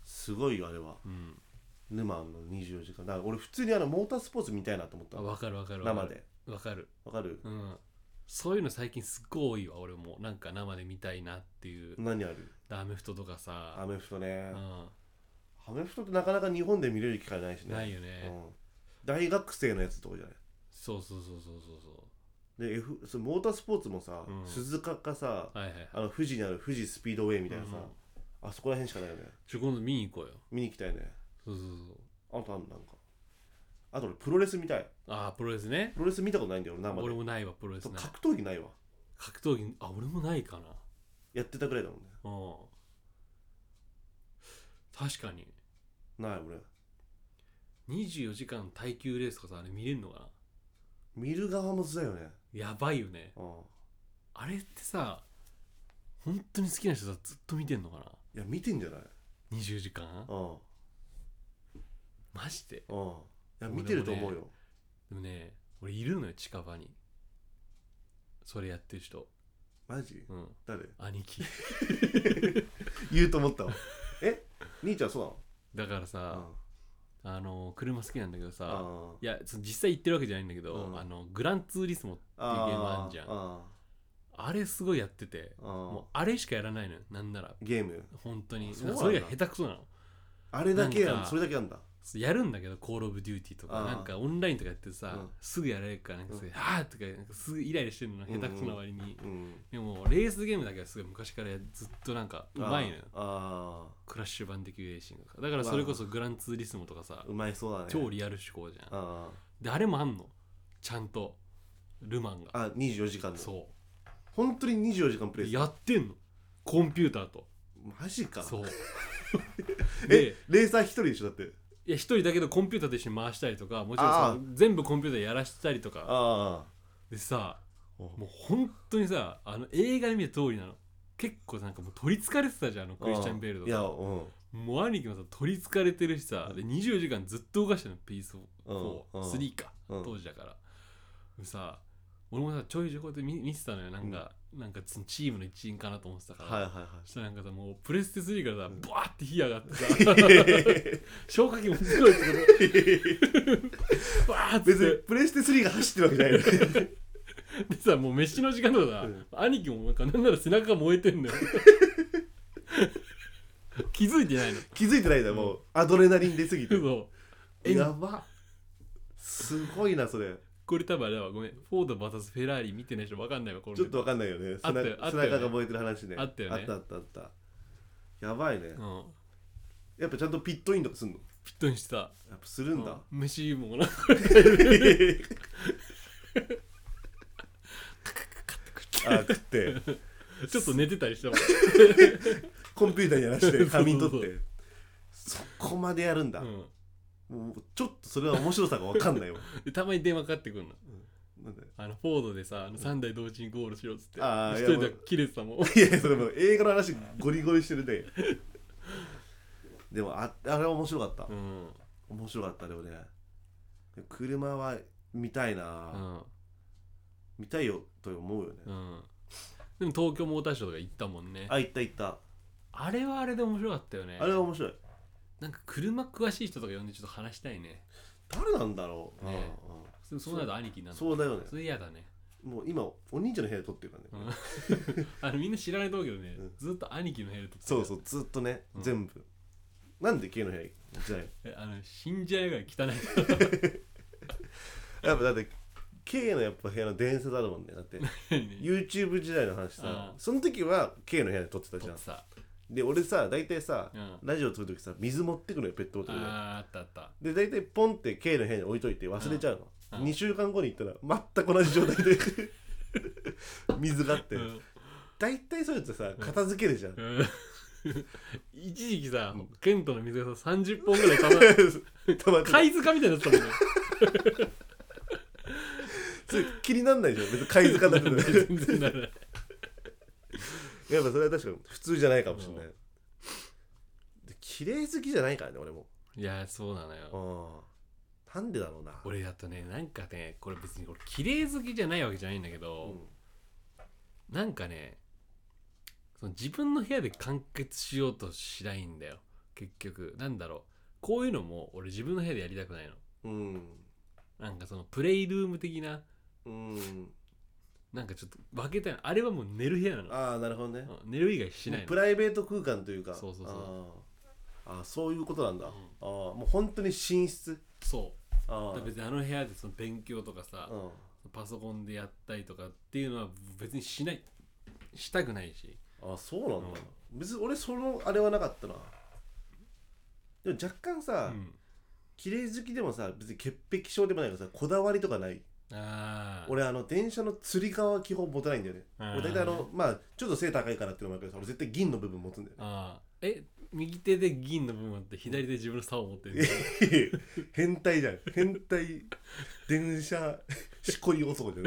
Speaker 2: すごいよあれは
Speaker 1: うん、
Speaker 2: 沼の24時間だから俺普通にあのモータースポーツ見たいなと思った
Speaker 1: あ
Speaker 2: の
Speaker 1: わかるわかるわか
Speaker 2: 生
Speaker 1: る
Speaker 2: で
Speaker 1: わかる
Speaker 2: わかる
Speaker 1: うんそういうの最近すっごい多いわ俺もなんか生で見たいなっていう、
Speaker 2: 何ある
Speaker 1: ダメフトとかさ
Speaker 2: アメフトね
Speaker 1: う
Speaker 2: アメフトってなかなか日本で見れる機会ないし
Speaker 1: ん、
Speaker 2: ね
Speaker 1: ないよね、
Speaker 2: うん、大学生のやつとかじゃない
Speaker 1: そうそうそうそうそうそ
Speaker 2: で、F、そのモータースポーツもさ、
Speaker 1: うん
Speaker 2: 鈴鹿かさ
Speaker 1: うはいはいはい
Speaker 2: あの富士にある富士スピードウェイみたいなさ、
Speaker 1: うん
Speaker 2: あそこら辺しかないよね
Speaker 1: ちょ今度見に行こうよ
Speaker 2: 見に行きたいね
Speaker 1: そうそう
Speaker 2: あとあんのなんかあと俺プロレス見たい
Speaker 1: そうああプロレスね
Speaker 2: プロレス見たことないんだよ俺生で
Speaker 1: 俺もないわプロレスない
Speaker 2: 格闘技ないわ
Speaker 1: 格闘技あ俺もないかな
Speaker 2: やってたぐらいだもんね
Speaker 1: うん確かに
Speaker 2: ない俺
Speaker 1: 24時間耐久レースとかさあれ見れるのかな
Speaker 2: 見る側もずだよね
Speaker 1: やばいよね
Speaker 2: うん
Speaker 1: あれってさ本当に好きな人さずっと見てんのか
Speaker 2: いや見てんじゃない
Speaker 1: な20時間
Speaker 2: うん
Speaker 1: マジで
Speaker 2: うんいや見てると思うよ
Speaker 1: でもね俺いるのよ近場にそれやってる人
Speaker 2: マジ
Speaker 1: うん
Speaker 2: 誰
Speaker 1: 兄貴
Speaker 2: 言うと思ったわえ兄ちゃんそうな の
Speaker 1: だから
Speaker 2: う
Speaker 1: さ
Speaker 2: ん、
Speaker 1: あの車好きなんだけど
Speaker 2: あ
Speaker 1: さ
Speaker 2: ー
Speaker 1: いやその実際行ってるわけじゃないんだけど、
Speaker 2: うん
Speaker 1: あのグランツーリスモってい
Speaker 2: あ
Speaker 1: うゲームあんじゃん
Speaker 2: あ
Speaker 1: あれすごいやってて
Speaker 2: ーあ
Speaker 1: もう
Speaker 2: ー
Speaker 1: あれしかやらないのよなんなら
Speaker 2: ゲーム
Speaker 1: 本当に
Speaker 2: あ
Speaker 1: そ
Speaker 2: そうなんだ
Speaker 1: れが下手くそなの
Speaker 2: あれだけや
Speaker 1: なん
Speaker 2: ん
Speaker 1: か
Speaker 2: それだけなんだ
Speaker 1: やるんだけど「コール・オブ・デューティー」とか
Speaker 2: あー
Speaker 1: なんかオンラインとかやってさ、
Speaker 2: うん
Speaker 1: すぐやられるからなんかすぐ「あー」とかなんかすぐイライラしてるの
Speaker 2: うんう
Speaker 1: 下
Speaker 2: ん
Speaker 1: 手くそな割に、
Speaker 2: うん
Speaker 1: でもレースゲームだけはすごい昔からずっとなんかうまいのよ
Speaker 2: あー
Speaker 1: クラッシュバンディキューレーシングとかだからそれこそグランツーリスモとか
Speaker 2: あ
Speaker 1: さ
Speaker 2: ーうまいそうだね
Speaker 1: 超リアル思考じゃん
Speaker 2: あ
Speaker 1: であれもあんのちゃんとルマンが
Speaker 2: ーあ24時間の
Speaker 1: そ
Speaker 2: 本当に24時間プ
Speaker 1: う
Speaker 2: レイ
Speaker 1: やってんのコンピューターと
Speaker 2: マジか
Speaker 1: そう
Speaker 2: え
Speaker 1: で
Speaker 2: レーサー一人でしょだって
Speaker 1: いや一人だけどコンピューターと一緒に回したりとかもちろん
Speaker 2: ああ
Speaker 1: その全部コンピューターやらしたりとか
Speaker 2: あ
Speaker 1: でさ
Speaker 2: あ
Speaker 1: もう本当にさあの映画で見た通りなの結構なんかもう取りつかれてたじゃんあのクリスチャン・ベールと
Speaker 2: いや
Speaker 1: か
Speaker 2: うん
Speaker 1: もう兄貴もさ取りつかれてるしさで24時間ずっと動かしてるのピース
Speaker 2: うんうん
Speaker 1: 43か
Speaker 2: うん
Speaker 1: 当時だから、さ俺もさちょいちょいこうやって見見てたのよなんか、なんかそのチームの一員かなと思ってたから、
Speaker 2: はいはいは
Speaker 1: そしたらなんかさもうプレステ3からさバーって火上がって さ、
Speaker 2: い
Speaker 1: 消火器もすごいってことバーっつっ
Speaker 2: 別に
Speaker 1: て
Speaker 2: プレステ3が走ってるわけじゃないよね
Speaker 1: でさもう飯の時間とかさ、
Speaker 2: うん
Speaker 1: 兄貴もなんかなんなら背中が燃えてんのよ 気づいてないの
Speaker 2: 気づいてないんだよもうアドレナリン出すぎて
Speaker 1: そうえ
Speaker 2: やばすごいなそれ
Speaker 1: これ多分あれだわごめんフォード VS フェラーリ見てない人分かんないわこの
Speaker 2: ちょっとわかんないよね
Speaker 1: あ
Speaker 2: 背
Speaker 1: ったよあった
Speaker 2: 中背
Speaker 1: よね
Speaker 2: 中が燃えてる話ね
Speaker 1: あったよね
Speaker 2: あったあったあったやばいね
Speaker 1: うん
Speaker 2: やっぱちゃんとピットインとかすんの
Speaker 1: ピットにしてた
Speaker 2: やっぱするんだ、
Speaker 1: うん飯も お腹
Speaker 2: あ 食って
Speaker 1: ちょっと寝てたりしたもん
Speaker 2: コンピューターにやらして仮眠取っ
Speaker 1: そう
Speaker 2: てそこまでやるんだ、
Speaker 1: うん
Speaker 2: もうちょっとそれは面白さが分かんないわ
Speaker 1: でたまに電話かかってくんの
Speaker 2: なんで
Speaker 1: あのフォードでさあの3台同時にゴールしろっつって
Speaker 2: あー
Speaker 1: 一
Speaker 2: いや
Speaker 1: 人で切れてた もん
Speaker 2: いやいやそれもう映画の話ゴリゴリしてるねでもああれは面白かった
Speaker 1: う、ん
Speaker 2: 面白かったでもね車は見たいな、
Speaker 1: うん
Speaker 2: 見たいよと思うよね、
Speaker 1: うんでも東京モーターショーとか行ったもんねあ
Speaker 2: あ行った行った
Speaker 1: れはあれで面白かったよね
Speaker 2: あれは面白い
Speaker 1: なんか車詳しい人とか呼んでちょっと話したいね
Speaker 2: 誰なんだろう、
Speaker 1: ね
Speaker 2: うんう
Speaker 1: そ
Speaker 2: ん
Speaker 1: そうなると兄貴になる
Speaker 2: そうだよね
Speaker 1: それ嫌だね、
Speaker 2: もう今お兄ちゃんの部屋で撮ってるからね、
Speaker 1: うんあのみんな知らないと思うけどね、
Speaker 2: うん
Speaker 1: ずっと兄貴のヘルと
Speaker 2: そうそううずっとね、
Speaker 1: うん
Speaker 2: 全部なんで K の部屋行じゃない
Speaker 1: あの死んじゃうぐらい汚い
Speaker 2: やっぱだって K のやっぱ部屋の伝説あるもんねだって
Speaker 1: 言
Speaker 2: YouTube 時代の話さ
Speaker 1: あー
Speaker 2: その時は K の部屋で撮ってたじゃん
Speaker 1: さ
Speaker 2: で俺さ大体さ、
Speaker 1: うん
Speaker 2: ラジオ撮る時さ水持ってくのよペットボトルで
Speaker 1: あーあったあった
Speaker 2: で大体ポンって K の部屋に置いといて忘れちゃうの、
Speaker 1: うん
Speaker 2: 2週間後に行ったら全く同じ状態 で水があって、
Speaker 1: うん
Speaker 2: 大体そういうやつさ片付けるじゃん、
Speaker 1: うん一時期さ
Speaker 2: うん
Speaker 1: ケントの水がさ30本ぐらいたま
Speaker 2: たまってた
Speaker 1: 貝塚みたいになってたもんね
Speaker 2: それ気になんないじゃん別に貝 塚だって
Speaker 1: 全然ならない
Speaker 2: やっぱそれは確かに普通じゃないかもしれない、で綺麗好きじゃないからね俺も
Speaker 1: いやそうなのよ
Speaker 2: うんなんでだろうな
Speaker 1: 俺だとねなんかねこれ別に俺綺麗好きじゃないわけじゃないんだけ
Speaker 2: う
Speaker 1: ど、
Speaker 2: ん
Speaker 1: なんかねその自分の部屋で完結しようとしないんだよ結局なんだろうこういうのも俺自分の部屋でやりたくないの
Speaker 2: うん
Speaker 1: なんかそのプレイルーム的な
Speaker 2: うん
Speaker 1: なんかちょっと分けたいのあれはもう寝る部屋なの
Speaker 2: ああなるほどね
Speaker 1: うん寝る以外しない
Speaker 2: もう
Speaker 1: の
Speaker 2: プライベート空間というか
Speaker 1: そうそうそう
Speaker 2: あーあーそういうことなんだ、
Speaker 1: うん
Speaker 2: ああもう本当に寝室
Speaker 1: そうだ
Speaker 2: あ
Speaker 1: から別にあの部屋でその勉強とか
Speaker 2: あ
Speaker 1: さ、
Speaker 2: うん
Speaker 1: パソコンでやったりとかっていうのは別にしないしたくないし
Speaker 2: ああそうなんだ、別に俺そのあれはなかったなでも若干
Speaker 1: う
Speaker 2: さ、
Speaker 1: ん
Speaker 2: 綺麗好きでもさ別に潔癖症でもないからさこだわりとかない
Speaker 1: ああ
Speaker 2: 俺あの電車のつり革は基本持たないんだよね
Speaker 1: うん
Speaker 2: 俺大体あのまあちょっと背高いからっていうのもあるけどさ俺絶対銀の部分持つんだよね
Speaker 1: ああえ右手で銀の部分あって左手自分の竿を持って る
Speaker 2: 変態じゃん変態電車しこり男じゃ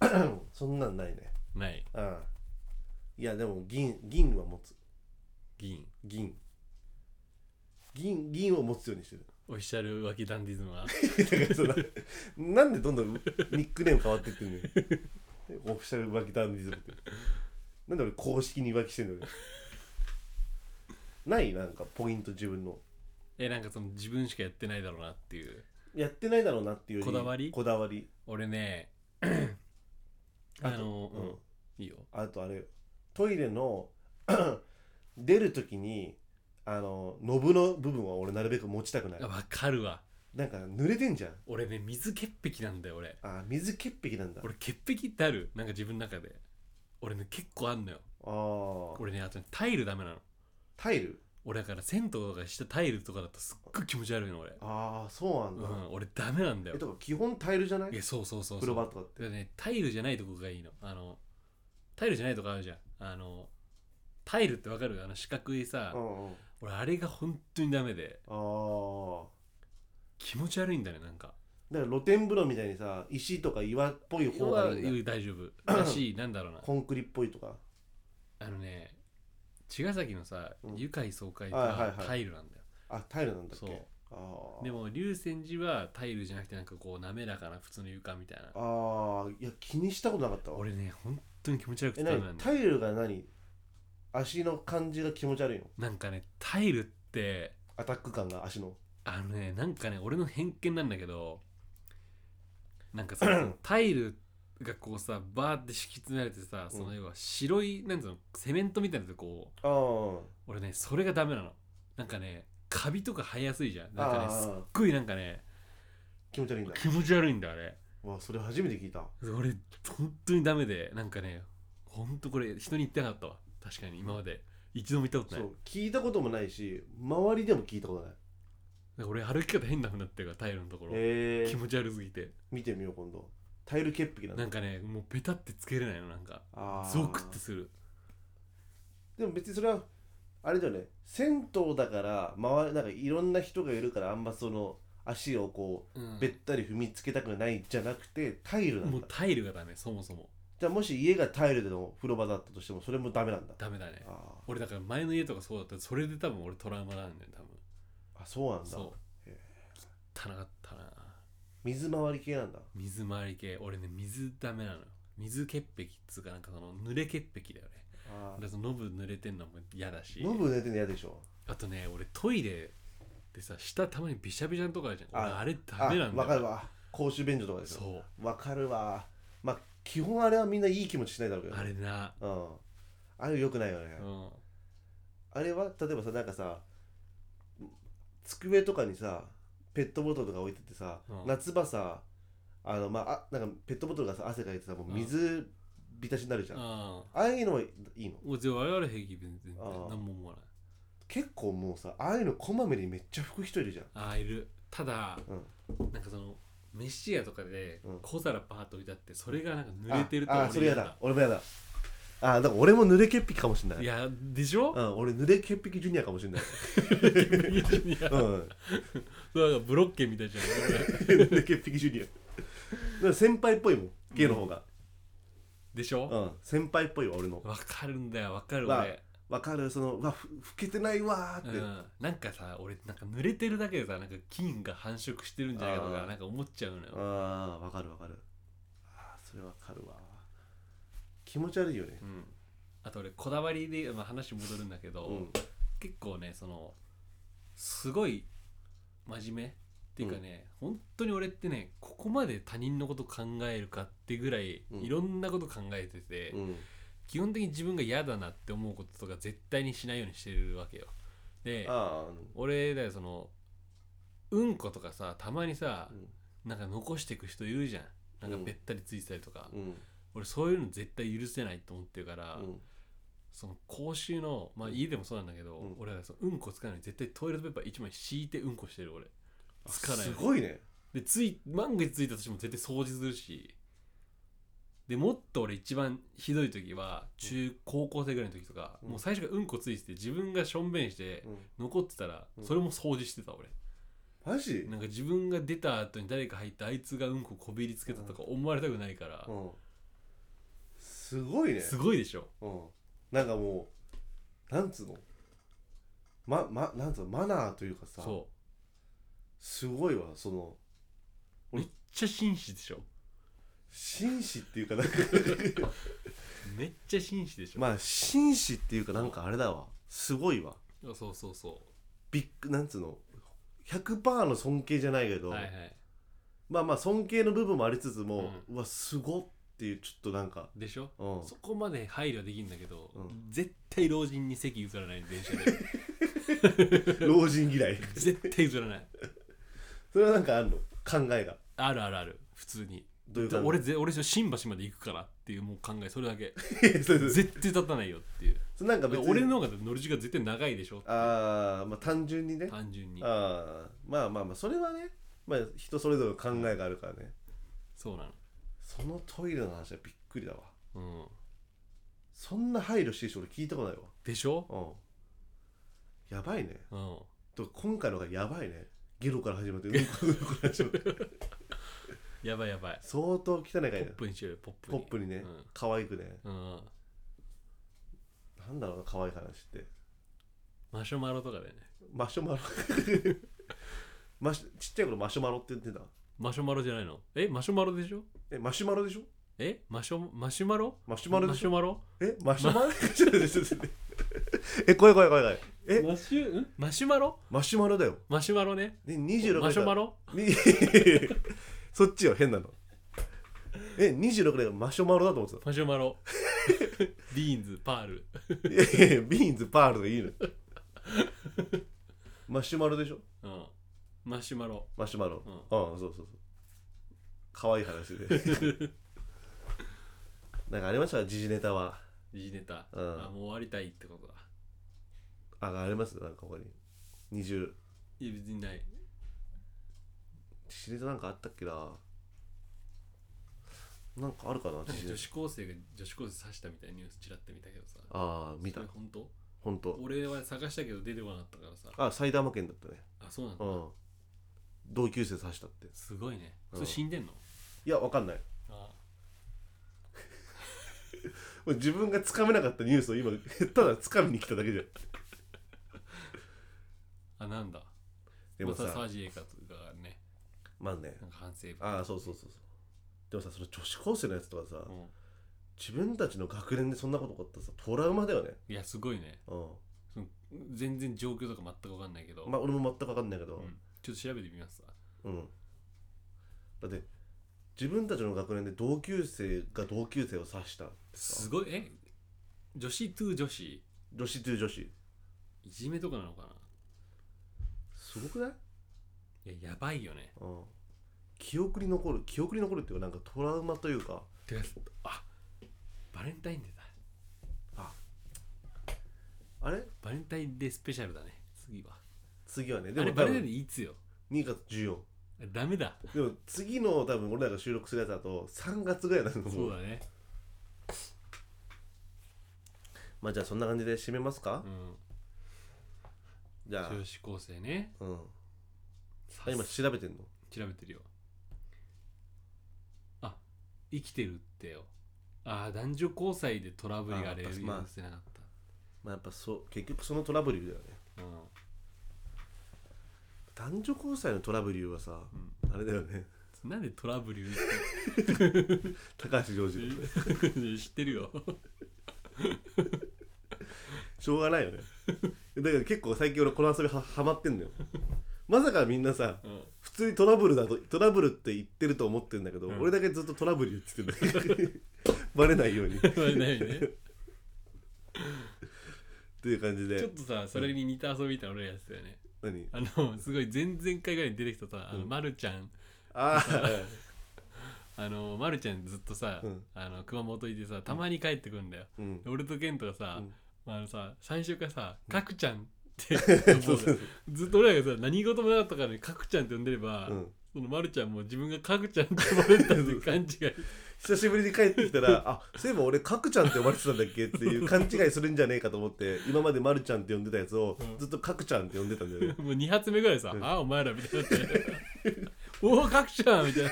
Speaker 2: ないそん なんないね
Speaker 1: ない
Speaker 2: うんいやでも銀銀は持つ
Speaker 1: 銀
Speaker 2: 銀銀銀を持つようにしてる
Speaker 1: オフィシャル脇ダンディズムは
Speaker 2: だからそのなんでどんどんニックネーム変わってってんのよオフィシャル浮気ダンディズムってなんで俺公式に浮気してんのよないなんかポイント自分の
Speaker 1: えなんかその自分しかやってないだろうなっていう
Speaker 2: やってないだろうなっていうより
Speaker 1: こだわり
Speaker 2: こだわり
Speaker 1: 俺ね
Speaker 2: あ
Speaker 1: あ
Speaker 2: と
Speaker 1: の
Speaker 2: うん
Speaker 1: いいよ
Speaker 2: あとあれトイレの 出る時にあのノブの部分は俺なるべく持ちたくない
Speaker 1: あわかるわ
Speaker 2: なんか濡れてんじゃん
Speaker 1: 俺ね水潔癖なんだよ俺
Speaker 2: あ水潔癖なんだ
Speaker 1: 俺潔癖ってあるなんか自分の中で俺ね結構あんのよ
Speaker 2: ああ
Speaker 1: 俺ねあとねタイルダメなの
Speaker 2: タイル
Speaker 1: 俺だから銭湯とかしたタイルとかだとすっごい気持ち悪いの俺
Speaker 2: ああそうなん
Speaker 1: う
Speaker 2: だ、
Speaker 1: ん俺ダメなんだ
Speaker 2: え
Speaker 1: よ
Speaker 2: とか基本タイルじゃない
Speaker 1: いやそうそうそう
Speaker 2: 風
Speaker 1: そ
Speaker 2: 呂
Speaker 1: う
Speaker 2: 場
Speaker 1: だか
Speaker 2: とかって
Speaker 1: らねタイルじゃないとこがいいのあのタイルじゃないとこあるじゃんあのタイルってわかるあの四角いさ
Speaker 2: うんうん
Speaker 1: 俺あれが本当にダメで
Speaker 2: ああ
Speaker 1: 気持ち悪いんだねなんか
Speaker 2: だから露天風呂みたいにさ石とか岩っぽい方がいいんだ
Speaker 1: は大丈夫だ しなんだろうな
Speaker 2: コンクリっぽいとか
Speaker 1: あのね茅ヶ崎のさ
Speaker 2: うん
Speaker 1: 愉快爽快
Speaker 2: はいはい
Speaker 1: が
Speaker 2: はい
Speaker 1: タイルなんだよ
Speaker 2: あタイルなんだっけ
Speaker 1: そう
Speaker 2: ああ
Speaker 1: でも龍泉寺はタイルじゃなくてなんかこう滑らかな普通の床みたいな
Speaker 2: ああいや気にしたことなかったわ
Speaker 1: 俺ね本当に気持ち悪くて
Speaker 2: え
Speaker 1: ダメな
Speaker 2: 何
Speaker 1: んだよ
Speaker 2: タイルが何足の感じが気持ち悪いの
Speaker 1: なんかねタイルって
Speaker 2: アタック感が足の
Speaker 1: あのねなんかね俺の偏見なんだけどなん かさタイルがこうさバーって敷き詰められてさその要は白い、なんつうのセメントみたいなとこう
Speaker 2: あー
Speaker 1: 俺ねそれがダメなのなんかねカビとか生えやすいじゃんなんかねすっ
Speaker 2: あー
Speaker 1: ごいなんかね
Speaker 2: 気持ち悪いんだ
Speaker 1: 気持ち悪いんだあれ
Speaker 2: うわそれ初めて聞いた
Speaker 1: 俺本当にダメでなんかね本当これ人に言ってなかったわ確かに今まで一度も行ったこと
Speaker 2: そ
Speaker 1: ないう
Speaker 2: 聞いたこともないし周りでも聞いたことない
Speaker 1: なんか俺歩き方変なくなってるからタイルのところ、
Speaker 2: え
Speaker 1: 気
Speaker 2: ー、
Speaker 1: 持ち悪すぎて
Speaker 2: 見てみよう今度タイル潔癖なの
Speaker 1: なんかねもうペタってつけれないのなんか
Speaker 2: あー
Speaker 1: ゾクッとする
Speaker 2: でも別にそれはあれだよね銭湯だから周りなんかいろんな人がいるからあんまその足をこ
Speaker 1: うん
Speaker 2: うべったり踏みつけたくないじゃなくてタイルなん
Speaker 1: もう
Speaker 2: だ
Speaker 1: タイルがダメそもそも
Speaker 2: じゃあもし家がタイルでの風呂場だったとしてもそれもダメなんだ
Speaker 1: ダメだね
Speaker 2: あ
Speaker 1: 俺だから前の家とかそうだったらそれで多分俺トラウマなんだよ多分
Speaker 2: ーあそうなんだ
Speaker 1: そう
Speaker 2: へ
Speaker 1: 汚かったな
Speaker 2: 水回り系なんだ
Speaker 1: 水回り系俺ね水ダメなのよ水潔癖っつうかなんかその濡れ潔癖だよね
Speaker 2: あ
Speaker 1: だからそのノブ濡れてんのも嫌だし
Speaker 2: ノブ寝てるの嫌でしょ
Speaker 1: あとね俺トイレでさ下たまにビシャビシャのとこあるじゃん
Speaker 2: あ
Speaker 1: 俺あれダメなんだよ
Speaker 2: あわかるわ公衆便所とかでしょ
Speaker 1: そ
Speaker 2: わかるわまあ基本あれはみんないい気持ちしないだろうけ
Speaker 1: う
Speaker 2: どね
Speaker 1: あれな
Speaker 2: うんあれよくないよね、
Speaker 1: うん
Speaker 2: あれは例えばさなんかさ机とかにさペットボトルとか置いててさ、
Speaker 1: うん
Speaker 2: 夏場さあのまああなんかペットボトルがさ汗かいてさもう水浸しになるじゃん、あ
Speaker 1: あ
Speaker 2: あいうのはいいの
Speaker 1: あじゃあ我々平気全然
Speaker 2: あー
Speaker 1: 何も思わない
Speaker 2: 結構もうさああいうのこまめにめっちゃ拭く人いるじゃん
Speaker 1: ああいるただ
Speaker 2: うん
Speaker 1: なんかその飯屋とかで
Speaker 2: うん
Speaker 1: 小皿パーッと置いてあってそれがなんか濡れてると
Speaker 2: ああ
Speaker 1: 俺
Speaker 2: それやだ俺もやだあだから俺も濡れ潔癖かもしんない
Speaker 1: いやでしょ
Speaker 2: うん、俺濡れ潔癖ジュニアかもしんない、
Speaker 1: いや
Speaker 2: うん、
Speaker 1: そうなんかブロッケンみたいじゃん
Speaker 2: 濡れ潔癖ジュニアだから先輩っぽいもん芸の方が、
Speaker 1: でしょ
Speaker 2: うん、先輩っぽいわ俺の
Speaker 1: わかるんだよわかる
Speaker 2: まあ
Speaker 1: 俺、
Speaker 2: わかるそのうわふ老けてないわー
Speaker 1: う
Speaker 2: って、
Speaker 1: ん、なんかさ俺なんか濡れてるだけでさなんか菌が繁殖してるんじゃないかと
Speaker 2: あ
Speaker 1: か
Speaker 2: ー
Speaker 1: なんか思っちゃうのよ
Speaker 2: ああわかるわかるあーそれわかるわ気持ち悪いよね
Speaker 1: うんあと俺こだわりで、まあ、話戻るんだけど、
Speaker 2: うん
Speaker 1: 結構ねそのすごい真面目っていうかね、本当に俺ってねここまで他人のこと考えるかってぐらい、
Speaker 2: うん
Speaker 1: いろんなこと考えてて、
Speaker 2: うん
Speaker 1: 基本的に自分が嫌だなって思うこととか絶対にしないようにしてるわけよで
Speaker 2: ああ
Speaker 1: 俺だよそのうんことかさたまにさ
Speaker 2: う、ん
Speaker 1: なんか残してく人いるじゃんなん
Speaker 2: うん
Speaker 1: かべったりついてたりとか、
Speaker 2: うん
Speaker 1: 俺そういうの絶対許せないと思ってるから、
Speaker 2: うん
Speaker 1: その公衆のまあ
Speaker 2: うん
Speaker 1: 家でもそうなんだけど、
Speaker 2: うん
Speaker 1: 俺はそのうんこつかないように絶対トイレットペーパー一枚敷いてうんこしてる俺
Speaker 2: あ
Speaker 1: つかない
Speaker 2: すごいね
Speaker 1: でつい万が一ついたとしても絶対掃除するしでもっと俺一番ひどい時は中高校生ぐらいの時とか、
Speaker 2: うん
Speaker 1: もう最初からうんこついてて自分がしょんべんして
Speaker 2: うん
Speaker 1: 残ってたら
Speaker 2: うん
Speaker 1: それも掃除してた俺、
Speaker 2: マジうん
Speaker 1: なんか自分が出た後に誰か入ってあいつがうんここびりつけたとか思われたくないから、
Speaker 2: すごいね
Speaker 1: すごいでしょ
Speaker 2: うんなんかもうなんつうのままなんつうのマナーというかさ
Speaker 1: そ
Speaker 2: すごいわその
Speaker 1: うめっちゃ紳士でしょ
Speaker 2: 紳士っていうかなんか
Speaker 1: めっちゃ紳士でしょ、
Speaker 2: まあ紳士っていうかなんかあれだわすごいわ
Speaker 1: そうそうそ
Speaker 2: ビッグなんつうの100%の尊敬じゃないけ
Speaker 1: う
Speaker 2: ど、
Speaker 1: はいはい
Speaker 2: まあまあ尊敬の部分もありつつも、うわすごっていうちょっとなんか、
Speaker 1: でしょ
Speaker 2: うん、
Speaker 1: そこまで配慮できるんだけど、
Speaker 2: うん
Speaker 1: 絶対老人に席譲らない電車で
Speaker 2: 老人嫌い
Speaker 1: 絶対譲らない
Speaker 2: それはなんかあるの考えが
Speaker 1: あるあるある普通に
Speaker 2: どういう
Speaker 1: で
Speaker 2: 感じ
Speaker 1: 俺ぜ俺新橋まで行くからっていうもう考えそれだけ
Speaker 2: そうそうそ
Speaker 1: 絶対立たないよっていう
Speaker 2: うなんか別に
Speaker 1: 俺の方が乗る時間絶対長いでしょ
Speaker 2: ああまあ単純にね
Speaker 1: 単純に
Speaker 2: あーまあまあまあそれはねまあ人それぞれの考えがあるからね
Speaker 1: そうな
Speaker 2: そのトイレの話はびっくりだわ
Speaker 1: のうん
Speaker 2: そんな配慮してる人俺聞いたことないわ
Speaker 1: でしょ
Speaker 2: うんやばいね
Speaker 1: うん
Speaker 2: と今回のがやばいねゲロから始まってうんこうんこ から始まって
Speaker 1: やばいやばい
Speaker 2: 相当汚いから
Speaker 1: ポ
Speaker 2: ね
Speaker 1: ップにしようよポップ
Speaker 2: ポ
Speaker 1: に
Speaker 2: ップにね、
Speaker 1: うん
Speaker 2: 可愛くね
Speaker 1: うん
Speaker 2: なんだろうな可愛い話って
Speaker 1: マシュマロとかでね
Speaker 2: マシュ マロマシちっちゃい頃マシュマロって言ってた
Speaker 1: マシュマロじゃないのえマシュマロでしょ
Speaker 2: えマシュマロでしょ
Speaker 1: えマシュマシュマロ
Speaker 2: マシュマロでしょ
Speaker 1: マロ
Speaker 2: えマシュマロ ちょっと待ってちょっと待ってえ怖い怖い怖い怖いえ
Speaker 1: マシュんマシュマロ
Speaker 2: マシュマロだよ
Speaker 1: マシュマロね
Speaker 2: で26
Speaker 1: マシュマ
Speaker 2: ロ
Speaker 1: ロ
Speaker 2: そっちよ変なのえ26年がマシュマロだと思って
Speaker 1: マシュマロ ビーンズパール
Speaker 2: たいやいやいやビーンズパールで いいのマシュマロでしょ
Speaker 1: うんマシュマロ
Speaker 2: マシュマロ
Speaker 1: うん
Speaker 2: うん、そうそうそう可愛い話で なんかありましたか時事ネタは
Speaker 1: 時事ネタ、
Speaker 2: うん
Speaker 1: あもう終わりたいってことだ
Speaker 2: あありますなんか他に二重
Speaker 1: いや別にない
Speaker 2: シリーズなんかあったっけななんかあるかな
Speaker 1: なんか
Speaker 2: シリ
Speaker 1: 女
Speaker 2: ーズ
Speaker 1: 子高生が女子高生刺したみたいなニュースちらって見たけどさ
Speaker 2: ああ見た
Speaker 1: それ本当
Speaker 2: 本当
Speaker 1: 俺は探したけど出てこなかったからさ
Speaker 2: あ埼玉県だったね
Speaker 1: あそうなんだ
Speaker 2: うん同級生刺したって
Speaker 1: すごいね
Speaker 2: うん
Speaker 1: それ死んでんの
Speaker 2: いやわかんない
Speaker 1: あ
Speaker 2: 俺自分がつかめなかったニュースを今ただつかみに来ただけじゃん
Speaker 1: あなんだ
Speaker 2: でも
Speaker 1: またサ
Speaker 2: さ
Speaker 1: ージエイカとかね
Speaker 2: まあね
Speaker 1: なんか反省文
Speaker 2: ああそうそうそうそうでもさその女子高生のやつとかさ、
Speaker 1: うん
Speaker 2: 自分たちの学年でそんなこと起こったらさトラウマだよね
Speaker 1: いやすごいね
Speaker 2: う
Speaker 1: その全然状況とか全く分かんないけど、
Speaker 2: んまあ俺も全く分かんないけ
Speaker 1: う
Speaker 2: ど
Speaker 1: んちょっと調べてみますわ
Speaker 2: うん、だって自分たちの学年で同級生が同級生を刺したってさ
Speaker 1: すごいえ女子2女子
Speaker 2: 女子中女子
Speaker 1: いじめとかなのか
Speaker 2: すごくない、
Speaker 1: ないややばいよね
Speaker 2: うん、記憶に残る記憶に残るっていうかなんかトラウマというか
Speaker 1: てかあバレンタインデーだ
Speaker 2: あれ
Speaker 1: バレンタインデースペシャルだね次は
Speaker 2: 次はね
Speaker 1: あ
Speaker 2: で
Speaker 1: れ
Speaker 2: も
Speaker 1: バ
Speaker 2: 多
Speaker 1: レンタインデ
Speaker 2: 分
Speaker 1: ーいつよ
Speaker 2: 2月14
Speaker 1: ダメだ
Speaker 2: でも次の多分俺らが収録するやつだと3月ぐらいだと思う
Speaker 1: そうだね
Speaker 2: まあじゃあそんな感じで締めますか
Speaker 1: う、ん
Speaker 2: じゃ
Speaker 1: 女子高生ね
Speaker 2: あ、うん、
Speaker 1: さ
Speaker 2: あ今調べてんの
Speaker 1: 調べてるよあ生きてるってよあ男女交際でトラブルがあれ許
Speaker 2: あやっ
Speaker 1: せ
Speaker 2: ぱ
Speaker 1: なか
Speaker 2: まあ
Speaker 1: った、
Speaker 2: まあやっぱそう結局そのトラブルだよね
Speaker 1: うん
Speaker 2: 男女交際のトラブルはさ、あれだよね
Speaker 1: なんでトラブル言う
Speaker 2: 高橋良 次郎ね
Speaker 1: の知ってるよ
Speaker 2: しょうがない よねだから結構最近俺この遊びはハマってんのよまさかみんなさ
Speaker 1: うん
Speaker 2: 普通にトラブルだとトラブルって言ってると思ってんだけど、
Speaker 1: うん
Speaker 2: 俺だけずっとトラブル言ってるんだけど バレないよう にっ
Speaker 1: ないね
Speaker 2: ていう感じ
Speaker 1: ちょっ
Speaker 2: で
Speaker 1: とさそれに似た遊びみたいなの俺らやってたよね
Speaker 2: 何
Speaker 1: あのすごい前々回ぐらいに出てきたさあの、
Speaker 2: うん
Speaker 1: まるちゃん
Speaker 2: あ
Speaker 1: あのまるちゃんずっとさ、
Speaker 2: うん
Speaker 1: あの熊本いてさたまに帰ってくるんだよ、
Speaker 2: あうん
Speaker 1: で俺とケントがさ、
Speaker 2: うん
Speaker 1: まあ、あのさ最初からさ「かくちゃん」って
Speaker 2: そうそうそう
Speaker 1: ずっと俺らがさ何事もなかったからね「かくちゃん」って呼んでれば、
Speaker 2: うん
Speaker 1: そのまるちゃんも自分が「かくちゃん」って呼ばれたっていう勘違い
Speaker 2: 久しぶりに帰ってきたら「あそういえば俺かくちゃんって呼ばれてたんだっけ?」っていう勘違いするんじゃねえかと思って今までまるちゃんって呼んでたやつをずっとかくちゃんって呼んでたんだ よね
Speaker 1: もう2発目ぐらいさ「
Speaker 2: うん
Speaker 1: ああお前ら」みたいになって 「おおかくちゃん」みたいな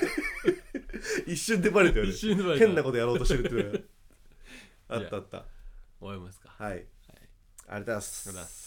Speaker 2: 一瞬でバレたよね
Speaker 1: 一瞬でバレた
Speaker 2: 変なことやろうとしてるっていうのがあったあった
Speaker 1: 思いますか
Speaker 2: はい、ありがとうございます
Speaker 1: ありがとうございます